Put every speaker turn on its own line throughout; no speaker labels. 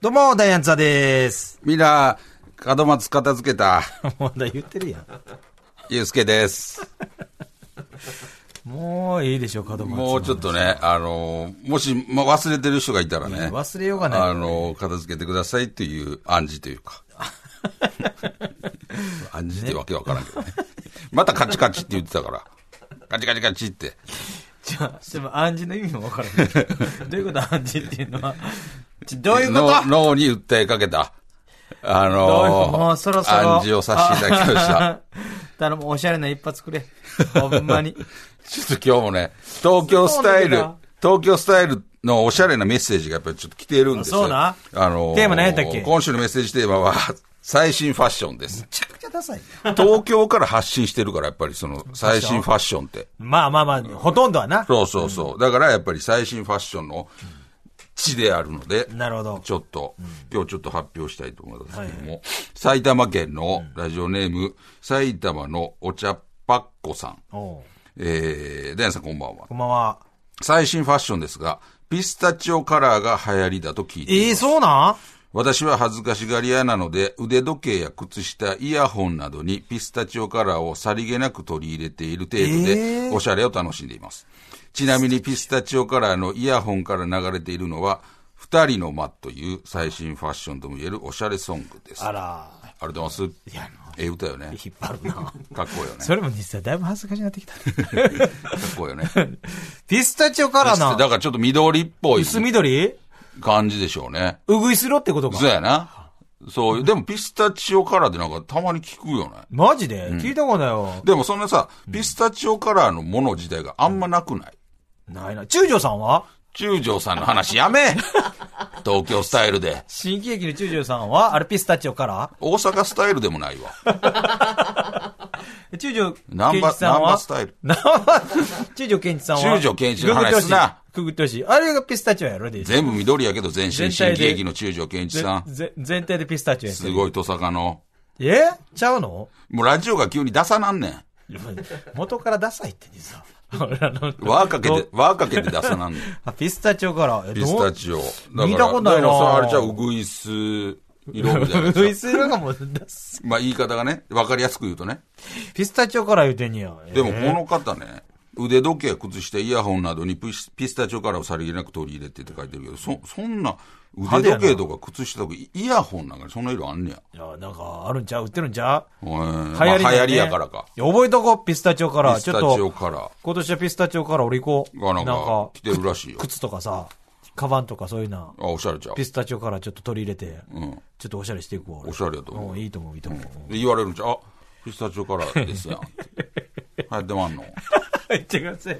どうも、ダイアンツァです。
ミラー、門松片付けた、
まだ言ってるやん。
ゆうすけです。
もういいでしょ、門松。
もうちょっとね、あのー、もし、ま、忘れてる人がいたら
いや
ね、
忘れようがない
あのー、片付けてくださいという暗示とい うか。暗示ってわけわからんけどね。またカチカチって言ってたから。カチカチカチって。
じゃあ、でも暗示の意味もわからない。 どういうこと暗示っていうのは。ちどういうこと
の脳に訴えかけた。
どういう
あのー、
もうそろそろ。
暗示をさせていただき ました。
あ。頼む、おしゃれな一発くれ。ほんまに。
ちょっと今日もね、東京スタイル、東京スタイルのおしゃれなメッセージがやっぱりちょっと来てるんですよ。
そうな
あの
テーマ何やったっけ
今週のメッセージテーマは、最新ファッションです。
めちゃくちゃダサい。
東京から発信してるから、やっぱりその、最新ファッションって。
まあまあまあ、ほとんどはな。
そうそうそう。だからやっぱり最新ファッションの地であるので、
なるほど。
ちょっと、今日ちょっと発表したいと思いますけども、埼玉県のラジオネーム、埼玉のお茶っぱっこさん。
おう
えー、ダイアンさんこんばんは
こ。んばんは。
最新ファッションですが、ピスタチオカラーが流行りだと聞いてい
え
ま
え、
す。
そうなん
私は恥ずかしがり屋なので、腕時計や靴下、イヤホンなどにピスタチオカラーをさりげなく取り入れている程度
え
で
ー、
おしゃれを楽しんでいます。ちなみにピスタチオカラーのイヤホンから流れているのは、二人の間という最新ファッションとも言えるおしゃれソングです。
あ
あ
ら、
りがとうございます。ええ歌よね。
引っ張るな。
かっこいいよね。
それも実際だいぶ恥ずかしくなってき た。
かっこいい よね。だ
ピスタチオカラーな。
からちょっと緑っぽい
薄緑
感じでしょうね。
うぐいすろってことか。
そうやな。そういう、でもピスタチオカラーってなんかたまに聞くよね。
マジで、聞いたことないよ。
でもそんなさ、ピスタチオカラーのもの自体があんまなくない。
ないな。中条さんは
中条さんの話や め東京スタイルで。
新喜劇の中条さんはあれピスタチオカラ
大阪スタイルでもないわ。
ー中条
ナン
健一
バ、
さ
ナ
ん
ンバ
は
スタイル。
ナンバ中条健一さんは
中条健一の話すな
くぐってほしい。くぐってほしい。あれがピスタチオやろで
全部緑やけど全
全体
身新
で
喜劇の中条健一
ぜ
さん。
ぜ全体でピスタチオや
すごい、登坂の。
い。えちゃうの
もうラジオが急に出さなんねん。
元からダサいって実は。俺らの
輪かけて、輪かけて出さ なんねん。
あピスタチオカラー。え
ピスタチオ。だから
見たことないな
だからそれあれじゃあウグイス色みたい
ど う
なやつ
ぐい
や。
すろがもうダサ
まあ言い方がね、わかりやすく言うとね。
いピスタチオカラー言うてんねや。
でもこの方ね、腕時計や靴下、イヤホンなどにピスピスタチオカラーをさりげなく取り入れてって書いてるけど、そ、そんな、腕時計とか靴下とか、イイヤホンなんかにそんな色あんねや。
いや、なんか、あるんちゃう売ってるんちゃう
へー
流行り、ね
まあ流行りやからか。。
いや覚えとこう、ピスタチオカラー。
ピス
ち
タ
ょっ
チオ
と、
カラ
今年はピスタチオカラー俺行こう。
ーがなんか来てるらしいよ。
靴とかさ、カバンとかそういうな、
あ、おしゃれちゃう
ピ。スタチオカラーちょっと取り入れて、
うん。
ちょっとおしゃれしていこう。
おしゃれやと思う
うんいいと思う、いいと思う。
で言われるんちゃうあ、ピスタチオカラーですやんって。流行ってまんの。
言ってください。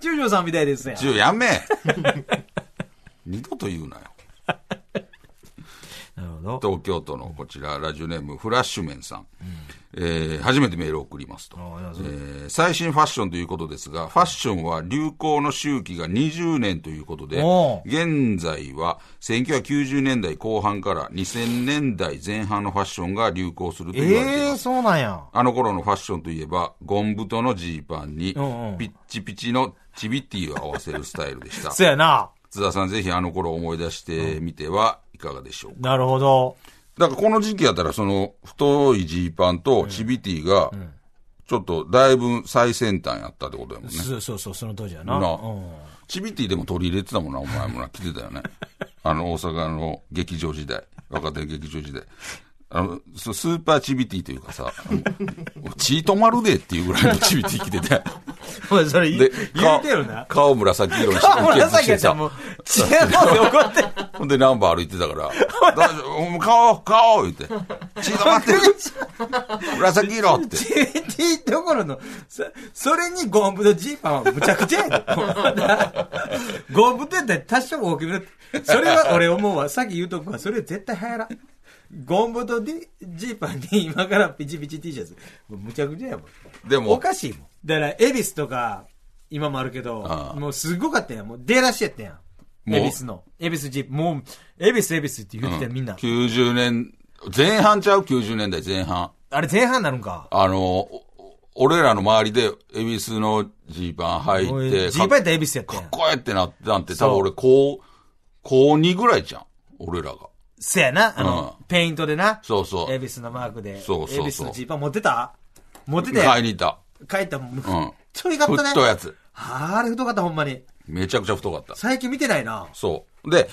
中条さんみたいですね。
ちょ、やめ二度と言うなよ。
なるほど。
東京都のこちら、ラジオネーム、フラッシュメンさん。えー初めてメールを送りますと。
ああいや
え
そう
ー最新ファッションということですが、ファッションは流行の周期が20年ということで
お、
現在は1990年代後半から2000年代前半のファッションが流行すると言われてい
ええ
ま
ー、
す。
そうなんや。
あの頃のファッションといえば、ゴン太のジーパンに、ピ
んうん
ッチピチのチビティを合わせるスタイルで した。
そうやな。
津田さん、ぜひあの頃を思い出してみてはいかがでしょうか。
なるほど。
だからこの時期やったら、その、太いジーパンとチビティが、ちょっとだいぶ最先端やったってことやもんね。
そうそうそう、その当時やな。
な
うん
チビティでも取り入れてたもんな、お前もな、来てたよね。あの、大阪の劇場時代、若手劇場時代。あの、そうスーパーチビティというかさ、 チートマルでっていうぐらいのチビティ着てて、
お い、それ言
で
う、言うてよな。
顔顔紫色に して、
顔
受
紫
付
や
し
ってたら
さ
もう、違うので怒ってる。
ほんでナンバー歩いてたから、 大丈夫もう顔、顔言って、チート待ってる紫色って。
TT どころの、そそれにゴムのジーパンはむちゃくちゃやで。 ゴムってだって多少大きめだそれは俺思うわ。さっき言うとくわ。それ絶対流行らん。ゴムとジーパンに今からピチピチ T シャツ。むちゃくちゃやもん。
でも
おかしいもん。だから、恵比寿とか、今もあるけど
あ、あ
もうすごかったやん。もう出だしやったやん。
もう
恵比寿の。恵比寿ジープ。もう、恵比寿恵比寿って言ってたよみんな。
90年、前半ちゃう ?90 年代前半。
あれ前半になるんか。
あの、お俺らの周りで、恵比寿のジーパン
もう
履いて、
ジーパンや
か
ったら恵比寿やったや
か
ん
っ。こええってなってたんて、多
そう
分俺、高、高2ぐらいじゃん。俺らが。
せやな、あの、
うん
ペイントでな。
そうそう
エビスのマークで。
そうそうそう
エビスのジーパン持ってた持ってて。
買いに行った。
帰ったもん。
うん。
ちょいかったね。
太いやつ。
あれ太かった、ほんまに。
めちゃくちゃ太かった。
最近見てないな。
そう。で、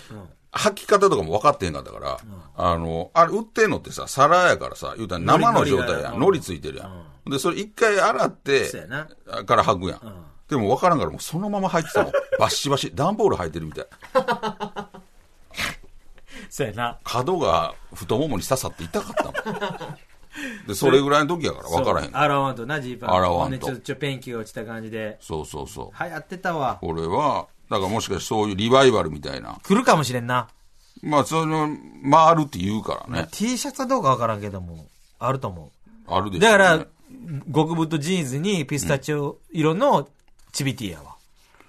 履き方とかも分かってへんかったから、あの、あれ売ってんのってさ、皿やからさ、言うたら生の
海苔
状態やん。
海苔が
海苔ついてるやん。で、それ一回洗って
そうやな、
あから履くやん。でも分からんから、もうそのまま履いて たの。バッシバシ。段ボール履いてるみたい。
そうやな。
角が太ももに刺さって痛かったもん。で、それぐらいの時やから分からへん。
アラワンとな、ジーパン。
洗わんと
ほでちょっとちょっとペンキが落ちた感じで。
そうそうそう。
はい、やってたわ。
俺は、だからもしかしてそういうリバイバルみたいな。
来るかもしれんな。
まあ、その、回るって言うからね。
T シャツはどうかわからんけども、あると思
あるで
う。
しょ
だ
うね
から、極太ジーンズにピスタチオ色のチビティやわ。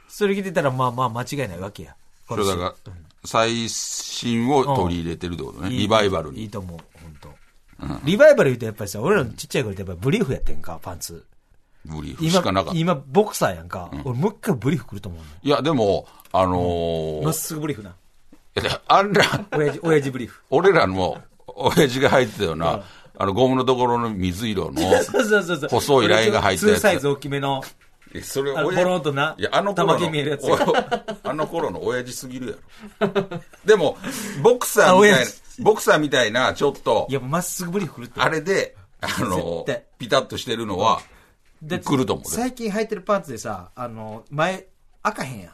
それ着てたら、まあまあ間違いないわけや。
それだから、最新を取り入れてるってことね。
いい
リバイバル
いい
に。
と思う、本当。リバイバル言うとやっぱりさ、俺らのちっちゃい頃ってやっぱりブリーフやってんか、パンツ。
ブリーフし
今
かなかっ、た。い
今ボクサーやんか。俺もう一回ブリーフ来ると思うね
や、でも、あの
まっ
ー、
すぐブリーフな。
いやあんら、
親父、親父ブリーフ。
俺らの、親父が入ってたような、あの、ゴムのところの水色の、
そうそうそうそう。
細いラインが入ったやつ
2サイズ大きめの。
えそれ
あの
親父
ボロンとない
や、あの頃
玉木見える
の
や、 つ
おあの頃の親父すぎるやろ。でも、ボクサ
あ
ーみたい
親
な
父、
ボクサーみたいな、ちょっと
い、や、まっすぐブリーフ来るって。
あれで、あの
絶対、
ピタッとしてるのは、
で
来ると思う
最近履いてるパンツでさ、あの、前、赤へんやん。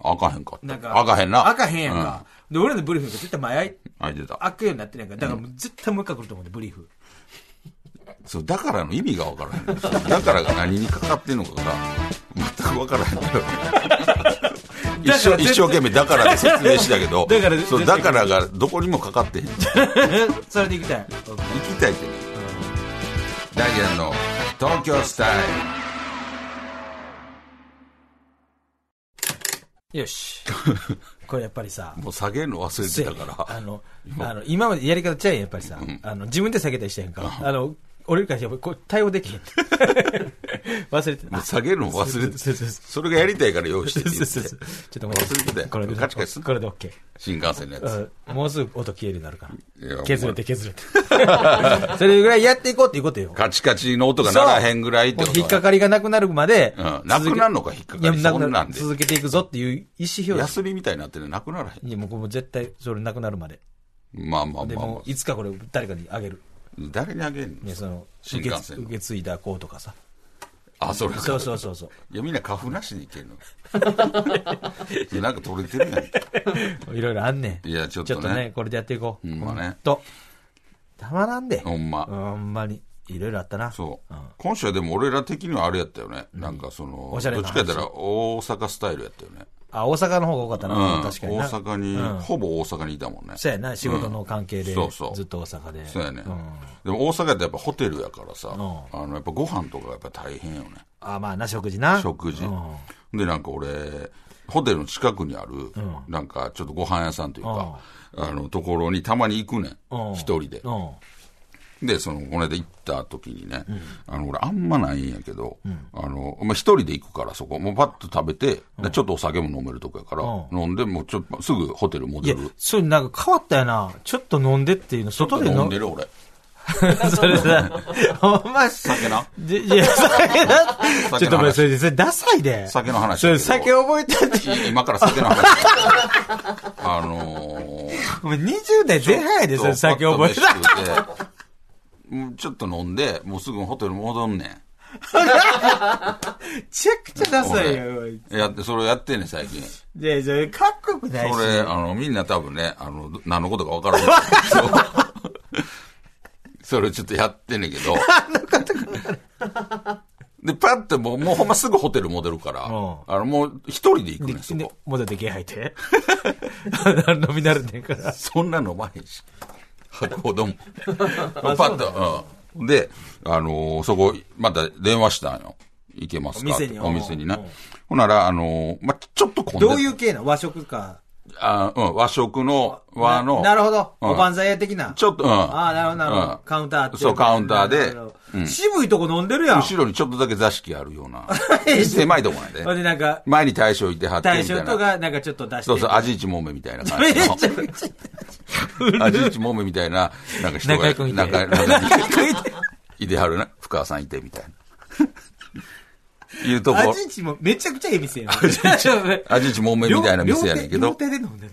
あかへんかった。
なんか。
あかへんな。
赤へんやんか。で、俺らのブリーフが絶対前、
うん。開いてた。
開くようになってないから。だからもう絶対もう一回来ると思うね、ブリー フ。
そう、だからの意味がわからへん。そうだからが何にかかってんのかが、全くわからへん けど。一生、一生懸命だからで説明したけ ど、
だから
そう、だからがどこにもかかってへん。行
それで行きたい。
きたいってね。ダイアンの東京スタイ
よ し。これやっぱりさ
ル。、もう下げるの忘れてたから。
あの、あの、今までやり方ちゃうやん、やっぱりさ。あの、自分で下げたりしてへんか。あの、俺からしてもこう対応でき へん。忘れて
もう下げるの忘れて
そうそうそうそう
それがやりたいから用意してって
そう
言
そうそう
って。
ちょっと待って。
忘れてた
これで、
カチカチすん
これで OK。
新幹線のやつ。
うんもうすぐ音消えるようになるか
いや
ら。削れて削れて。 それぐらいやっていこうっていうことよ。
カチカチの音がならへんぐらいってこと
もう
ね
引っかかりがなくなるまで
うん。なくなるのか引っかかり
いやな
そ
く
んな
なんる
で
続けていくぞっていう意思表示。
ヤスリみたいになってるなくならへん。
いや、もうこれもう絶対、それなくなるまで。
まあまあ
で
まあま
も、いつかこれ誰かにあげる。
あ。誰にあげんの
ね、その、
新
受け
幹
つ
線の
受け継いだ子とかさ。
あ、それ
そうそうそうそう。
いや、みんな花粉なしにいけるの。 いやなんか取れてるやん。
いろいろあんねん。
いやちょっとね
これでやっていこう。
ほんまね
ほと。たまらんで。
ほんま
ほんまに。いろいろあったな。
そう。
ん
今週はでも俺ら的にはあれやったよね。なんかその、
おしゃれ
ど
な
っちかやったら大阪スタイルやったよね。
あ、大阪の方が多かった
う
な。
ん。
確かにな。
大阪に、
うん
ほぼ大阪にいたもんね。
そうやな、仕事の関係で。
うんそうそう
ずっと大阪で。
そうやね
ん。
でも大阪やったらやっぱホテルやからさ、あ
ん
の、やっぱご飯とかやっぱ大変よね。
あ、まあな、食事な。
食事
うん。
で、なんか俺、ホテルの近くにある、なんかちょっとご飯屋さんというか、あの、ところにたまに行くねん
うん。
一人で
う。ん。
で、その、この間行った時にね、あの、俺あんまないんやけど、あの、まあ、一人で行くからそこ、もうパッと食べて、でちょっとお酒も飲めるとこやから、
う
飲んで、もうちょっとすぐホテル
い
戻
や
る、。
それなんか変わったよな。ちょっと飲んでっていうの、外で
飲
飲
んでる俺。
それさ、お前、
酒 な。
でいや、酒だ
話
ちょっとお前、それ、それ、ダサいで。
酒の 話
それ、酒覚えたって。
い今から酒の話。あのー
ごめん、20代前半やで、それ先覚えた。
た。うんちょっと飲んで、もうすぐホテル戻んねん。
チェックちゃダサいよ、おい
やって、それをやってんねん、最近。
いやいや、かっこよくないし
そ。れ、あの、みんな多分ね、あの、ど何のことか分からない。それをちょっとやってんねんけど。で、パッてもう、もうほんますぐホテル戻るから、
うん
あの、もう一人で行くねん、そ
で
こ。、
戻って毛吐いて。 飲み慣れてんから。
そんな飲まへん し。吐くほども。パッと、うん。で、あのーそこ、また電話したんよ。行けますか
お店に
ってお店にな
うん。
ほんなら、あのーま、ちょっと混んで
どういう系なの和食か。
あうん、和食の、和の。
ななるほど。
うん
おばんざい屋的な。
ちょっと、うん。
ああ、なるほど、なるほ
う
ど
ん。
カウンターあって。
そう、カウンター
な
で
るほど、
うん
渋いとこ飲んでるやん。
後ろにちょっとだけ座敷あるよ うな、狭いとこなんで
ほん。で、なんか、
前に大将いてはってみ
大
た
将と
いな。
か、なんかちょっと出して。
そうそう、味一もめみたいな 感
め
じ
ちゃ
の
め。ちゃ
味一もめみたいな、なんか人が、
中居君いて
中居中居君いてはるな。深川さんいてみたいな。 いうとこ
味、んちもめちゃくちゃええ 店やな。味
味一もめみたいな店やねんけ
両
ど、
手両手で飲んで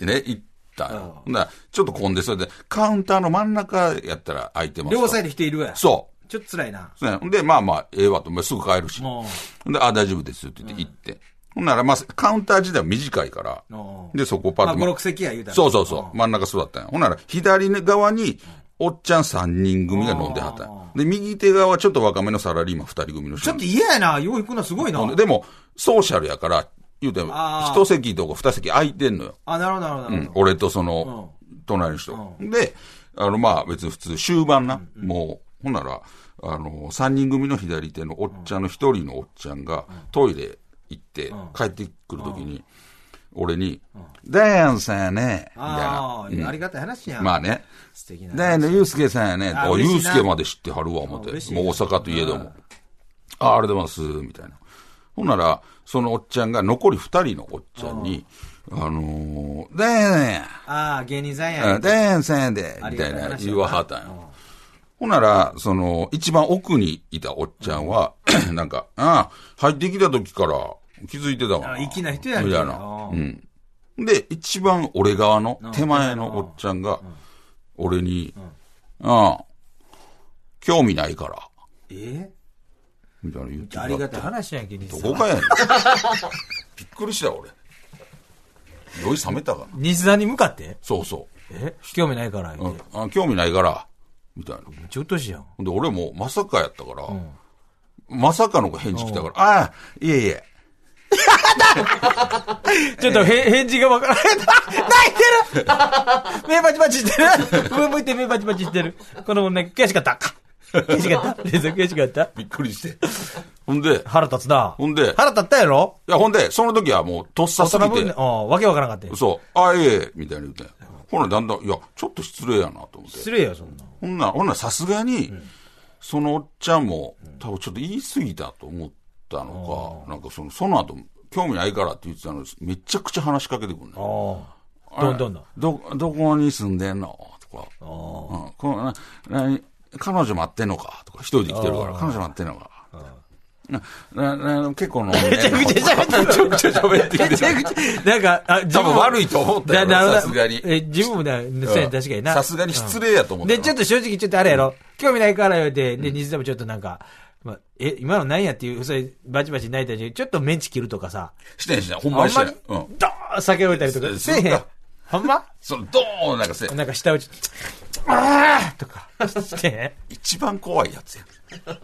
る。
ね、行ったよ。ほんならちょっと混んで、それで、カウンターの真ん中やったら空い てますと。
両サイド人いるわ。
そう。
ちょっと辛いな。
そうやんで、まあまあ、ええわと、まあすぐ帰るし。
も
で、あ、大丈夫ですって言って、行って。ほんなら、まあ、カウンター自体は短いから
うん、
で、そこ
う。
パッ
ま
と
あ、。5、6席や言うたら。
そうそうそう。真ん中座ったんや。ほんなら、左側に、おっちゃん3人組が飲んではったんやで、右手側はちょっと若めのサラリーマン2人組の
ち
人
ょっと嫌やな。よう行くのすごいな。
ほんででも、ソーシャルやから、言うても、
あー
一席とか二席空いてんのよ。
あ、なるほど、なるほど
う
なる
ん
ほ、ど。
俺とその、隣の人。で、あの、まあ別に普通、終盤な、もう、ほんなら、あの、三人組の左手のおっちゃんの一人のおっちゃんが、トイレ行って、帰ってくるときに、俺に、ダイアンさんやね、みたい
あ
な
あ、
うん。
ありがたい話やん。
まあね。
素敵な。
ダイアンのユースケさんやね。
あ
あ、ユ
嬉
ー
しい
ス
な
ケまで知ってはるわ、思って。
あ嬉しい
もう大阪といえども。あ、ありがとうございます、みたいな。ほんなら、そのおっちゃんが、残り二人のおっちゃんに、あのー、ダイアンや。
ああ、芸人さんや。
うんんダイアンさんやで、
あり
み
がたい
たい
話やな
な言わはったんよ。ほんなら、その、一番奥にいたおっちゃんは、 なんか、ああ、入ってきた時から気づいてたわ
あ
な。
粋な人やんけ
みたい
あ
な
あ。
うん。で、一番俺側の手前のおっちゃんが、俺に、ああ、興味ないから、
え
みたいな言って
えありがたい話やんけ、
ど
西さ
こ
ん。
かやねん。 びっくりしたよ、俺。酔い冷めたかな。
西さんに向かって
そうそ
え興味ないから
う。う
言っ
ん
て。、
あ興味ないから、みたいな。
めっちゃうっとうしいやん。
で、俺もまさかやったから、まさかの返事来たから、ああ、いえいえ、
ちょっとへ、返事がわからない。 泣いてる目バチバチしてる上向いて目バチバチしてる。この女、悔しかった。悔しか った。レイさん悔しかった。
びっくりして。 ほんで、
腹立つな。
ほんで
腹立ったやろ
いや、ほんで、その時はもう、とっさすぎて、
うん、わけわからなかった。
そう、ああ、いえいえ、みたいに言って。ほら、だんだん、いや、ちょっと失礼やな、と思って。
失礼よ、そんな。
ほんなら、ほんならさすがに、そのおっちゃんも、多分ちょっと言い過ぎたと思ったのか、なんかその、その後、興味ないからって言ってたのに、めちゃくちゃ話しかけてくんねん。
ああ。どんどんど
ど、どこに住んでんのとか。うん、このな何彼女待ってんのかとか、一人で来てるから、彼女待ってんのか。ななな結構飲んでんのめちゃくちゃ喋ってめちゃくちゃ喋ってきて
めちゃくちゃ、 なんか、あ、自
多
分
分
も
悪いと思ったよ、
ななるほど
さすがに。
え、自分もね、そうや確かにな。
さすがに失礼やと思った
で、
よ。
ちょっと正直、ちょっとあれやろ。興味ないから言うて、で、西田もちょっとなんか、まあ、え、今の何やっていう、それ、バチバチ泣いたりしてちょっとメンチ切るとかさ、
してんしない。ほん
あんま
まに
り
してない。、う
ド
ん。
ーン酒置いたりとか、
す
せえへ
す
ん
るか。
ほんま
その、ドーンなんかせ、
なんか下打ち、あーと か、してへん。
一番怖いやつや。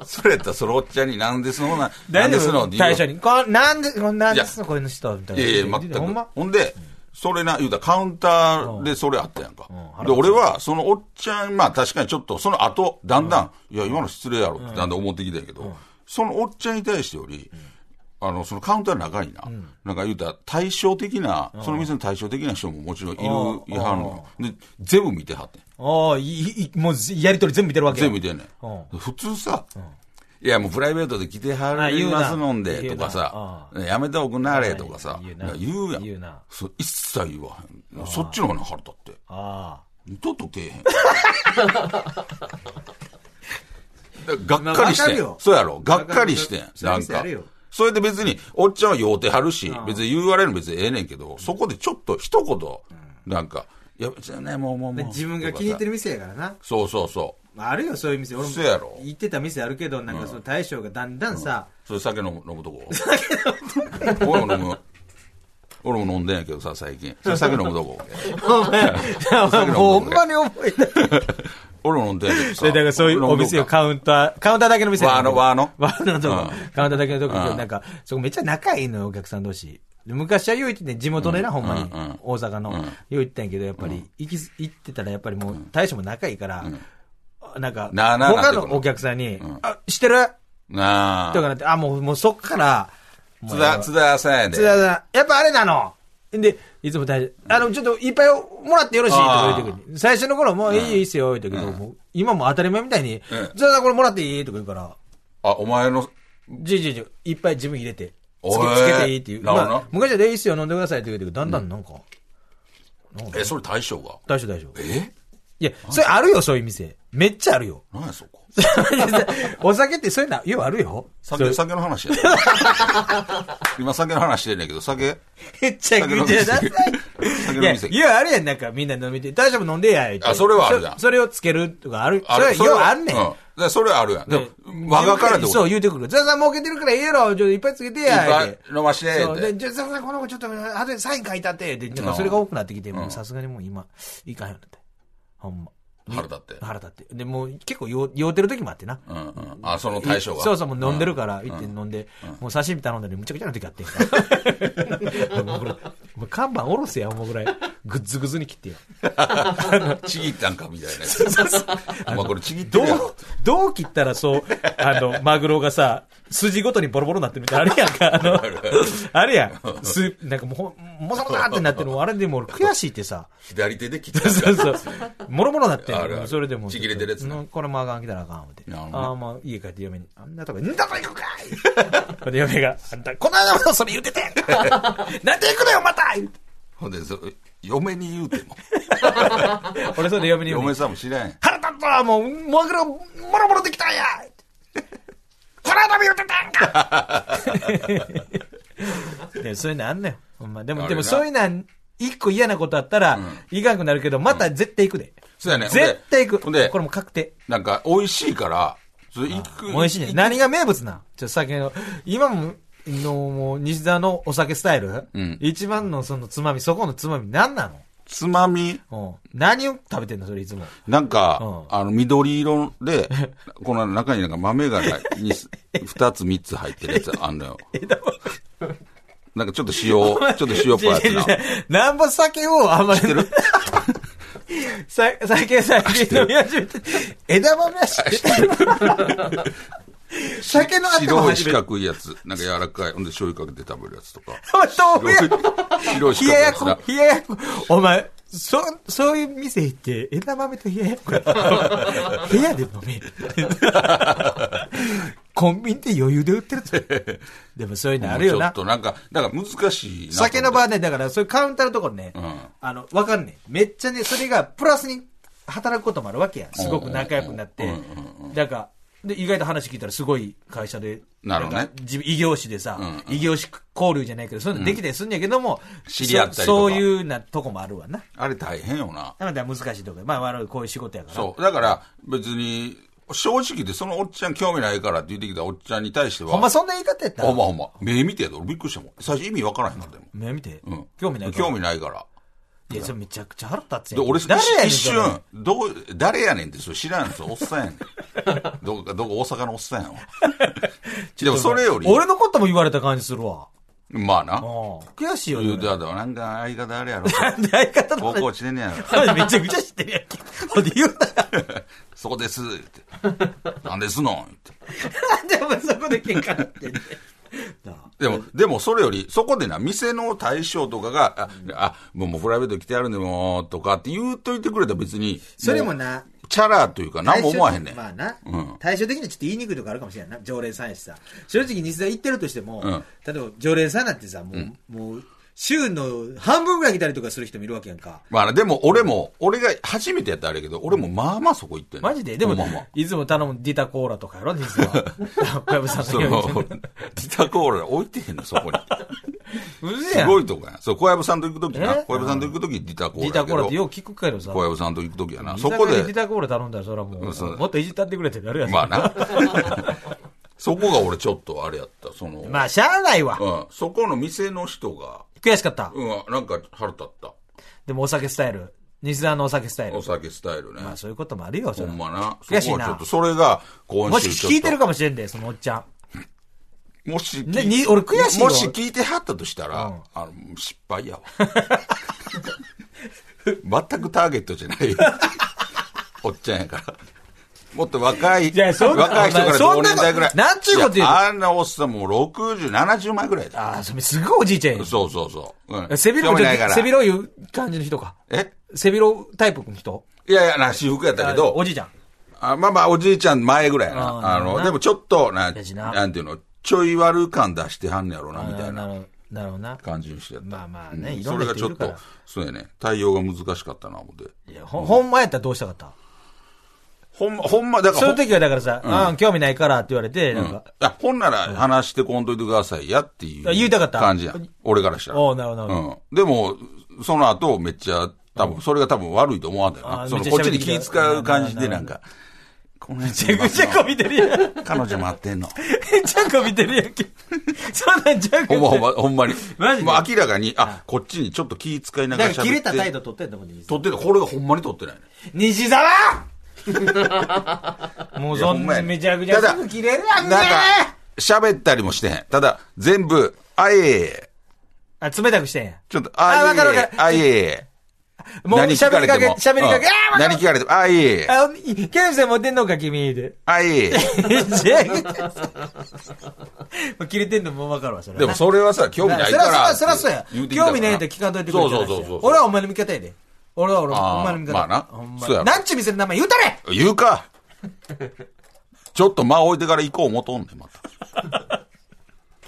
それやったら、そのおっちゃんに、なんでそのな、な
大
んでそ
丈
の
夫大将
に。
に。こんなんで、こんなん
い
で
や
すのこういうの人みたい
い
な。
やいや、全く。
ほ
ほ
んま
んで、それな、言うたらカウンターでそれあったやんか。
うん
で、俺は、そのおっちゃん、まあ確かにちょっと、その後、だんだん、いや、今の失礼やろってだんだん思ってきたんやけど、そのおっちゃんに対してより、あの、そのカウンターの中にな、なんか言うたら対照的な、その店の対照的な人ももちろんいる、いはるのよ。で、全部見てはってん。
ああ、いい、いいもう、やりとり全部見てるわけや
全部見てんね。
うん
普通さ、いやもうプライベートで来てはりますのん
あ言
で
う
と
な
かさ、やめておくなれとかさ
言う、な
言うやん。
言うな
そう一切言わへん。そっちの方が腹立って。
あ
二度とけえへん。だがっかりし
まあわか
て
る
ん
よ。
そうやろ。がっかりしてん。
あ。
なんか
ある。よ
それで別に、おっちゃんは酔うてはるし、別に言われるの別にええねんけど、そこでちょっと一言、なんか、いや、別にね、もうもうもう。
自分が気に入って
る。
る店やからな。
そうそうそう。
まああるよ、そういう店。俺も
そうやろ
行ってた店あるけど、なんかその大将がだんだんさ、
それ酒飲む飲むとこ。俺も飲む。俺も飲んでんやけどさ、最近。それ酒飲むとこ。
お前、 もうほんまに重いな。
俺も飲んでんやけどさ。
で、だからそういうお店をカウンター、カウンターだけの店
わーのわーの
わーのとこ
うん
カウンターだけのとこ
うん
なんか、そこめっちゃ仲いいのよ、お客さん同士。で昔はよう行ってね、地元でな、ほんまに
うんうん。
大阪の。
うん
よう行ったんやけど、やっぱり、行き、行ってたらやっぱりもう、大将も仲いいから、なんか、
なあなあなっ
他
てくる
のお客さんに
ん、
あ、してる
な
と
あ。
かなって、あ、もう、もうそっから、もう
津田、津田さんやで。
津田さん、やっぱあれなの。で、いつも大丈夫。あの、ちょっといっぱいもらってよろしいとか言うてくる。最初の頃もういいよいいっすよ、言うてけど、もう今もう当たり前みたいに、津田さんこれもらっていいとか言うから、
あ、お前の、
じいじいじい、いっぱい自分入れて、つ
おい
けつけていいっていう。
なるほどな
まあ昔はでいいっすよ、飲んでくださいって言うてけど、だんだんなんか、
え、それ大将が。
大丈夫大丈夫。
え
いや、それあるよ、そういう店。めっちゃあるよ。
何やそこ。
お酒ってそういうの、ようあるよ。
酒、酒 の話や。今酒の話してんねんけど、酒
めっちゃくちゃださい。
酒
い
の
や、
店。
いや、あるやん、なんかみんな飲みて、大丈夫飲んでや、言うて
あそれはあるやん
そそれをつけるとかある。そ
あ
れ
れ
は、
それ
ようあんねん。
うだからそれはあるやん。でも、わがからってこと
そう、言うてくる。ザワさん儲けてるからええやろ、ちょっといっぱいつけてや、
いっぱい
言うて
飲ましてって
そうで、じゃあザワさんこの子ちょっと、あとでサイン書いたって、で、なんかそれが多くなってきて、もうさすがにもう今、いかんようになって。ほんま。
腹立って。
腹立って。で、もう結構酔う酔うてる時もあってな。
うんうん。あ、その対象が。
そうそう、もう飲んでるから、行って飲んで、もう刺身頼んだのにむちゃくちゃな時あってん から。もうこれ、もう看板おろせや、もうぐらい。ぐっずぐずに切ってよ。
ちぎったんかみたいなやつ。お前これちぎって
どう
るやろ。、
どう切ったらそう、あの、マグロがさ、筋ごとにボロボロになってるみたいな、あれやんか、あの、あれやん。す、なんかもうほん、もさもさってなってるの、あれでもう俺悔しいってさ、
左手で切ったん
そ
か
うそう、もろもろなってんの
あるある
それでもう、
ちぎれてるやつな
うんこれもあかん来たらあかん、思って。
なるほどね
ああ、まあ、家帰って嫁に、あんなとこ、んだと行くかいほんで嫁が、あんた、この間もそれ言うてたやんかなんで行くのよ、また言 うて
ほんで、そ嫁に言うても。
俺それで嫁に言うね
嫁さんも知らんやん。
腹立ったわもう、マグロ、もろもろでき たんやこの間見よってたんかでそういうのあん ねん。ほんま。で
あ
も、
る
で
よ
も
な
そういうのは、一個嫌なことあったら、いかんくなるけど、また絶対行くで。
そうやね。
絶対行
ほ
く。
んで
こ、れも確定。
なんか、美味しいから、それ行く。
美味しいね。何が名物なんちょっと酒の、今も、の、もう、西沢のお酒スタイル、
うん
一番のそのつまみ、そこのつまみ何な
つまみ、
のうん。何を食べてんのそれいつも。
なんか、
う
あの、緑色で、この中になんか豆がに二つ三つ入ってるやつあんのよ。 なんかちょっと塩、ちょっと塩っぽいやつな。
なんぼ酒をあんまり。 さ酒最近飲み始めて。枝豆は知ってる。酒の頭
白い
初
四
めて。
角いやつ。なんか柔らかい。ほんで醤油かけて食べるやつと か。
豆腐や。
白い四
冷や
角い
や
やつ
こ
な、。
冷ややこ。お前、そ、そういう店行って、枝豆と冷ややこやったら。 部屋で飲め。コンビニで余裕で売ってるぞ。でもそういうのあるよ
ちょ
な
っ。となんか、だから難しいな。
酒の場で、だから、そういうカウンターのところね、
ん
あの、わかんねん。めっちゃね、それがプラスに働くこともあるわけや。すごく仲良くなって。なんか、で、意外と話聞いたらすごい会社で、
なるほどね
んか自分異業種でさ、
う
異業種交流じゃないけど、そういうのできたりすんやけども、
知り合ったりと
そ
か
そういうなとこもあるわな。
あれ大変よな。
なので難しいとこまあ、悪いこういう仕事やから。
そう。だから、別に、正直でそのおっちゃん興味ないからって言ってきたおっちゃんに対しては。
ほんまそんな言い方やった
ほんまほんま。目見てやで。俺びっくりしたもん。最初意味わからへんかったもん。
目見て、
うん。
興味ないから
興味ないから。
いや、それめちゃくちゃ腹立つ
で、
やん。
俺、
誰やねん
一
それ
瞬、どう、誰やねんって、それ知らんやつ、おっさんやねん。どこ、どこ、大阪のおっさ んやん。でも、それより、
俺のことも言われた感じするわ。
まあな
う。ん悔しいよ、
言
ね
うて。たなんか、相方あれや ろ。
相方
高
の
校落ちてんねやろ。
めちゃくちゃ知ってるやんけ。ほんで言うな。
そこです、って。なんですのって。
でもそこで喧嘩なってんねなあ
でも、でもそれより、そこでな、店の対象とかが、あ、あもうもうプライベート来てやるねもうとかって言うといてくれたら別に、
それも、な、
チャラというか、何も思わへんねん。
対照的まあ
うん
な、対照的にはちょっと言いにくいとこあるかもしれないな、常連さんやしさ。正直、西田行ってるとしても
うん、
例えば常連さんなんてさ、もう、もう、
週の半分ぐらい来たりとかする人もいるわけやんか。
まあね、でも俺も、俺が初めてやったらあれやけど、俺もまあまあそこ行ってんの
マジででも、
まあ まあ
いつも頼むディタコーラとかやろ実 は。小籔さん
そ
の
の、
ように。
自宅俺置いてへんの、そこに。
う
すごいとこや。そう、小籔さんと行くときな。
え
小籔さんと行くとき、ディタコー
ディ
ラやけど。
タコーラってよう聞くけどさ。
小籔さんと行くときやな。
居
そ
酒
こ
屋でディ
で、
タコーラ頼んだら、それはも
うんそう
う、もっといじったってくれってなるやん。
まあな。 そこが俺ちょっとあれやった。その、
まあ、しゃあないわ。
うん。そこの店の人が、
悔しかった。
うん、なんか腹立った。
でもお酒スタイル。西澤のお酒スタイル
お。酒スタイルね。
まあ、そういうこともあるよ、そ
ほ
れ
んまな。そ
悔
こは
し
ち
い
ょ
な
っと、それが、今
も
週
し
ちょっと。
聞いてるかもしれんで、そのおっちゃん。
もし聞い、
ねに俺悔しいよ
もし聞いてはったとしたら、あの、失敗やわ。全くターゲットじゃない。おっちゃんやから。もっと若い、
いやそんな
若い人から
そ
同
んな
年代ぐらい。
なんちゅうこと言うの
やあんなおっさんもう60、70前ぐらいだ。
ああ、それすごいおじいちゃんや
そうそうそう。うん
背広
興味
ちょ
ない
っ
か
と
ら
背広いう感じの人か。
え
背広タイプの人
いやいや、な、私服やったけ
あ
ど。
おじいちゃん。
あまあまあ、おじいちゃん前ぐらいやな。
あ
あ
ーなるほど
の、
な
でもちょっと、な、
やしな
なんていうの、ちょい悪感出してはんねやろな、みたいな
なるほど。なるほどな。
感じにしてやった。
まあまあね
うん
いろ
そ
ん
れ
な
が
人い
ちょっ
るから
と、そうやね、対応が難しかったな、思って。
いやほんほんまやったらどうしたかった
ほんま、ほんま、だから
そ
ほ
の
ん、
時はだからさ、あん、興味ないからって言われて、
う
なんんか、
いや、ほんなら話してこんといてくださいやっていう。
あ言いたかった
感じや。俺からしたら。
おうなるほどなる
うん。でも、その後、めっちゃ、多分、それが多分悪いと思わんだよ
あ
な。
ー
その、
めっちゃ
こっ
喋
ち
って
に
き
気
た
使う感じで、なんか、この辺
めちゃくちゃこびてるやん。 め
彼女待ってん の。
ちゃこびてるやんけ。そんなんじゃなく
ほんまほん
て。
ま、ほんまに。
マジで
もう明らかに、あ、こっちにちょっと気遣いなが
なん
ら喋
か
って。
切れた態度取ってんだもんね。
取ってた。これがほんまに取ってないね。
西沢
もう
いや
そ
ほん
ん
まや
な
ね
めちゃくちゃ
ただ
すぐ切れるやんけ
なんか、喋ったりもしてへん。ただ、全部、あえ
あ、冷たくしてんや。
ちょっと、あ
あ
え
わかるわかる
あえ
もう喋りかけ、喋りかけ、あ
あ
ーわか
何聞かれても、あえ
るあ、ケンさん持ってんのか、 君で。
あえ
めちゃくちゃもう切れてんのもわかるわ、それは
でもそれはさ、興味ない
そ
か
そ
らら。
らそらそうや
言う。てきたから
興味ないと聞かんといてくれ
そう
じゃ
そ
ない
うそうそう。
俺はお前の味方やで。俺は俺
あー
はお前の味方。
まあな
ほん
そうやろ
なんちゅう店の名前言うたれ
言うか。ちょっと間置いてから行こう思とんねん、また。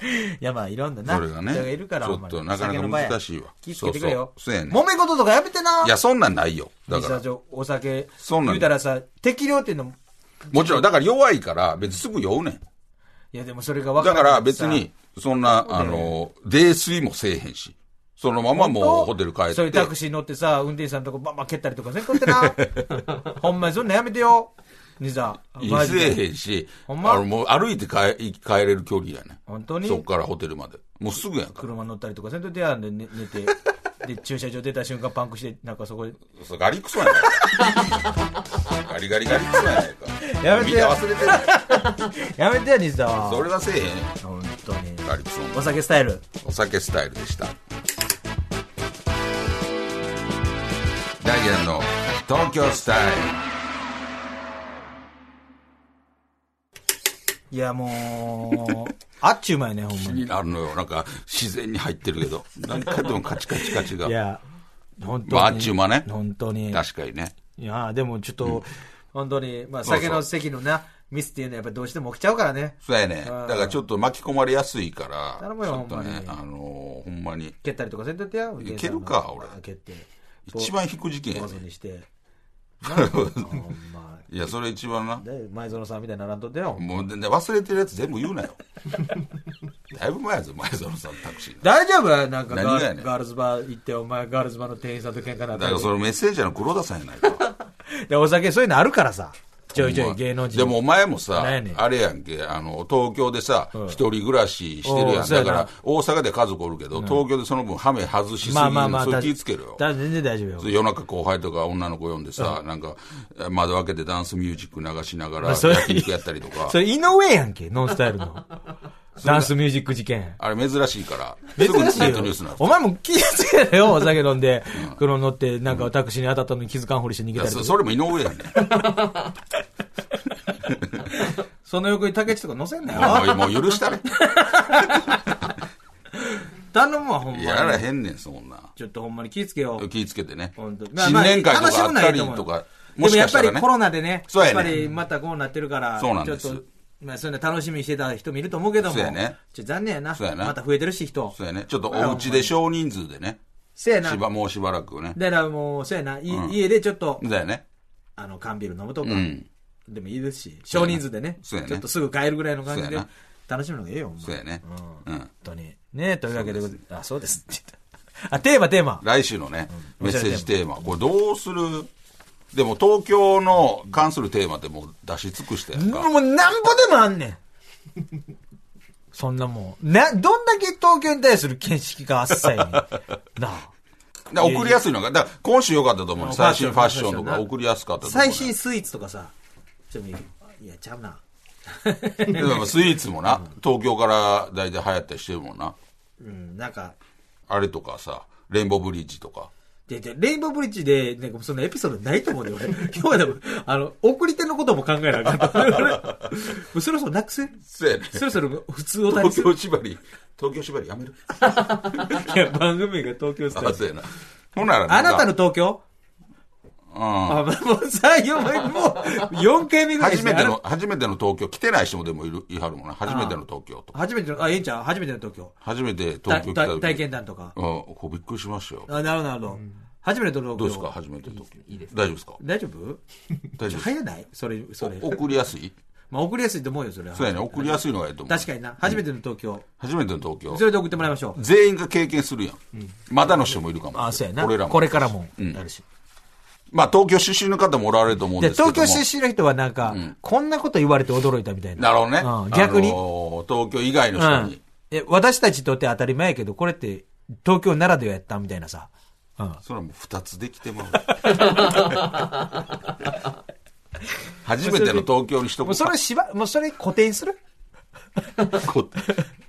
いやまあいろんなな。
それがね。
人いるから
ちょっとなかなか難しいわ。
気付けてくれよ。
そうそうそうやねん
揉め事とかやめてな。
いや、そんなんないよ。だ
だ
から。
お酒。
そうなんだ
言うたらさ、適量っていうのも、
もちろん、だから弱いから、別にすぐ酔うねん。
いやでもそれが分
だ
か
から
らん
別
さ
に、、そんな、あの、泥酔もせえへんし。そのままもうホテル帰って。
そういうタクシー乗ってさ、運転手さんとこバンバン蹴ったりとかせんとって な。ほんまにそんなやめてよ。ニザ。マジ
せえ
で。
へんし、あ
ほんま
の、もう歩いて帰、帰れる距離やね。
本当に
そっからホテルまで。もうすぐやんか。
車乗ったりとかせんと出会うんで寝寝てで駐車場出た瞬間パンクしてなんかそこで
そうガリクソやないか。ガリガリガリクソやないか。
やめて
みん
よ
な忘れてない。
やめてよ西田は
それはせえへん。
本当に
ガリクソン。
お酒スタイル
お酒スタイルでした。ダイアンの東京スタイル。
いやも うあっちゅうまいねほんま
気
に
になるのよ。なんか、自然に入ってるけど。何回でもカチカチカチが。
いや本当に、
まああっちゅう間ね
本当に
確かにね。
いやでもちょっと、本当にまあ
そうそう
酒の席のなミスっていうのはやっぱどうしても起きちゃうからね
そうやね。
うん
だからちょっと巻き込まれやすいから、
頼む
ち
よ
ょっとね、あ
ほ
のー、ほんまに。
蹴ったりとかせんとってや
いけるか俺
蹴って
一番引く事件や
坊
ね
主。に してほんま
いや、それ一番な。
で前園さんみたいにならんとってよ
もう、で忘れてるやつ全部言 うなよ。だいぶ前やぞ、前園さんタクシー。
大丈夫なんか
何
ガ
がや
ー
ねん
ルガールズバー行ってお前ガールズバーの店員さんと喧嘩なった
だから
り
そのメッセージャーの黒田さんやないか。
でお酒そういうのあるからさちょいちょい芸能人
でもお前もさ
なんやね、ん
あれやんけ、あの、東京でさ、
ん
一人暮らししてる
お
や。
うんそうや
だか
な
ら、大阪で家族おるけど、東京でその分、ハメ外しすぎ
まあまあ
る
まあ
それ
だ
気ぃつけろよ。
だ全然大丈夫よ
夜中後輩とか女の子呼んでさ、なんか、え窓開けてダンスミュージック流しながら、
まあそれ
焼肉やったりとか
そ、れ井上やんけノンスタイル のダンスミュージック事件
あれ珍しいから、す
珍
ぐネ
しい
ットニュースにな
よ
る。
お前も気づけろ よお酒飲んで車乗ってなんかタクシーに当たったのに気づかんふりして逃
い
げた
や
りと
そ
か
それも井上やねん。
その横に竹内とか乗せんなよ。
もうもう許したれ。
頼むわ、ほんまに。
やらへんねん、そんな。
ちょっとほんまに気ぃつけよう。
気ぃつけてね。
ほんと
新年会とかあ
まあまあ
ったり
楽しくない
と
と思
か
う、
もし
でもや
かしたら
っぱり
ね
コ。ロナでね、
そうや
やっ
ね
ぱりまたこうなってるから、
そうなんです
ちょっと
まあ、そういうの楽しみにしてた人もいると思うけども。
そうやね
ちょ残念やな。
そうやな
また増えてるし、人。
そうやね。ちょっとお家で少人数でね。
せやな。
しば、もうしばらくね。
だからもう、そうやな。い
うん
家でちょっと、
だよね。
あの、缶ビール飲むとか
う。ん。
でもいいですし、少人数でね。
そうやね
ちょっとすぐ帰るぐらいの感じ
そう
で
やな、
楽しむのがええよ、ほんま
そうやね。うん。
本当に。ねというわけで、あ、そうですって言った。あ、テーマ、テーマ。
来週のね、
うん
メッセージテーマ。これどうするでも東京の関するテーマってもう出し尽くしたやんか。
もうなんぼでもあんねん。そんなもん。な、どんだけ東京に対する見識があっさいねんなあ。
で送りやすいのが、だから今週良かったと思うね
うん
最新
フ
フ
ァ
ァ
ッ
ッ
シ
シ
ョン
ョンと
ファッションな
か送りやすかったと思うね
最新スイーツとかさ、ちょっと見るいや、ちゃうな。
でもスイーツもな、東京から大体流行ったりしてるもんな。
うん、なんか、
あれとかさ、レインボーブリッジとか。
で、で、レインボーブリッジで、なんかそんなエピソードないと思うで、俺。今日はでも、あの、送り手の ことも考えなかった。俺もうそろそろなくせ
そうやね。
そろそろ普通を旅
東
する。
京縛り、東京縛りやめる。
いや、番組が東京スタ
あ、
イル。
そうやな。ほんなら
あなたの
の、
東京
うん。
あ、もう3、4枚、もう4回目ぐらいです
初
ね
めての、初めての東京、来てない人もでもいる、いはるもんな。初めての東京と
あ
か。
の初めての、あ、ええんちゃう初めての東京。
初めて東
た
京来た
た
時。
体験談とか。
うん、こうびっくりしましたよ。
あ、なるほど、なるほど。初めての東京。
どうですか初めての東京。大丈夫ですか
大丈夫
大丈夫です
早ないそれ、それ
お。送りやすい
まあ、送りやすいと思うよ、それは。
そうやね。送りやすいのがいいと思う。
確かにな。初めての東京。
初めての東
それ
京。
で送ってもらいましょう。
全員が経験するやん。まだの人もいるかも。
あ、そうやな。
俺らも。
これからも
うん
あるし。
まあ、東京出身の方もおられると思うん
で、
ですけども。
東京出身の人はなんか、こんなこと言われて驚いたみたいな。
なるほどね。
うん逆に
あ。のー東京以外の人
うん
に。
え私たちにとって当たり前やけど、これって東京ならではやったみたいなさ。うん。
それはもう二つできてまう。初めての東京にしと
も
こ
う
う
そ
か
れしば、もうそれ固定にする
こ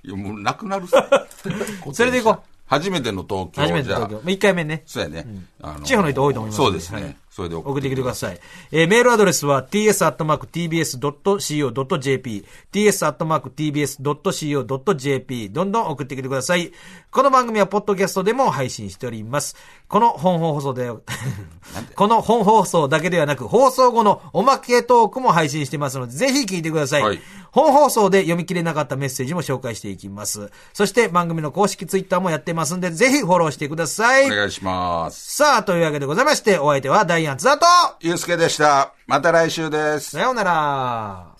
いやもうなくなるさ。
それでいこう。
初めての東京。
初めての東京。
じゃあ
まあ一回目ね。
そうやね。あの
地方の人多いと思いますん
そうです
はい
ね。それで
送ってきてくだ
さ
さい。えーメールアドレスは ts.tbs.co.jp、ts.tbs.co.jp、どんどん送ってきてください。この番組はポッドキャストでも配信しております。この本放送で、この本放送だけではなく、放送後のおまけトークも配信してますので、ぜひ聞いてください。
はい
本放送で読み切れなかったメッセージも紹介していきます。そして番組の公式ツイッターもやってますんで、ぜひフォローしてください
お。願いします。
さあ、というわけでございまして、お相手はダイアン津田と、
ゆうすけでした。また来週です。
さようなら。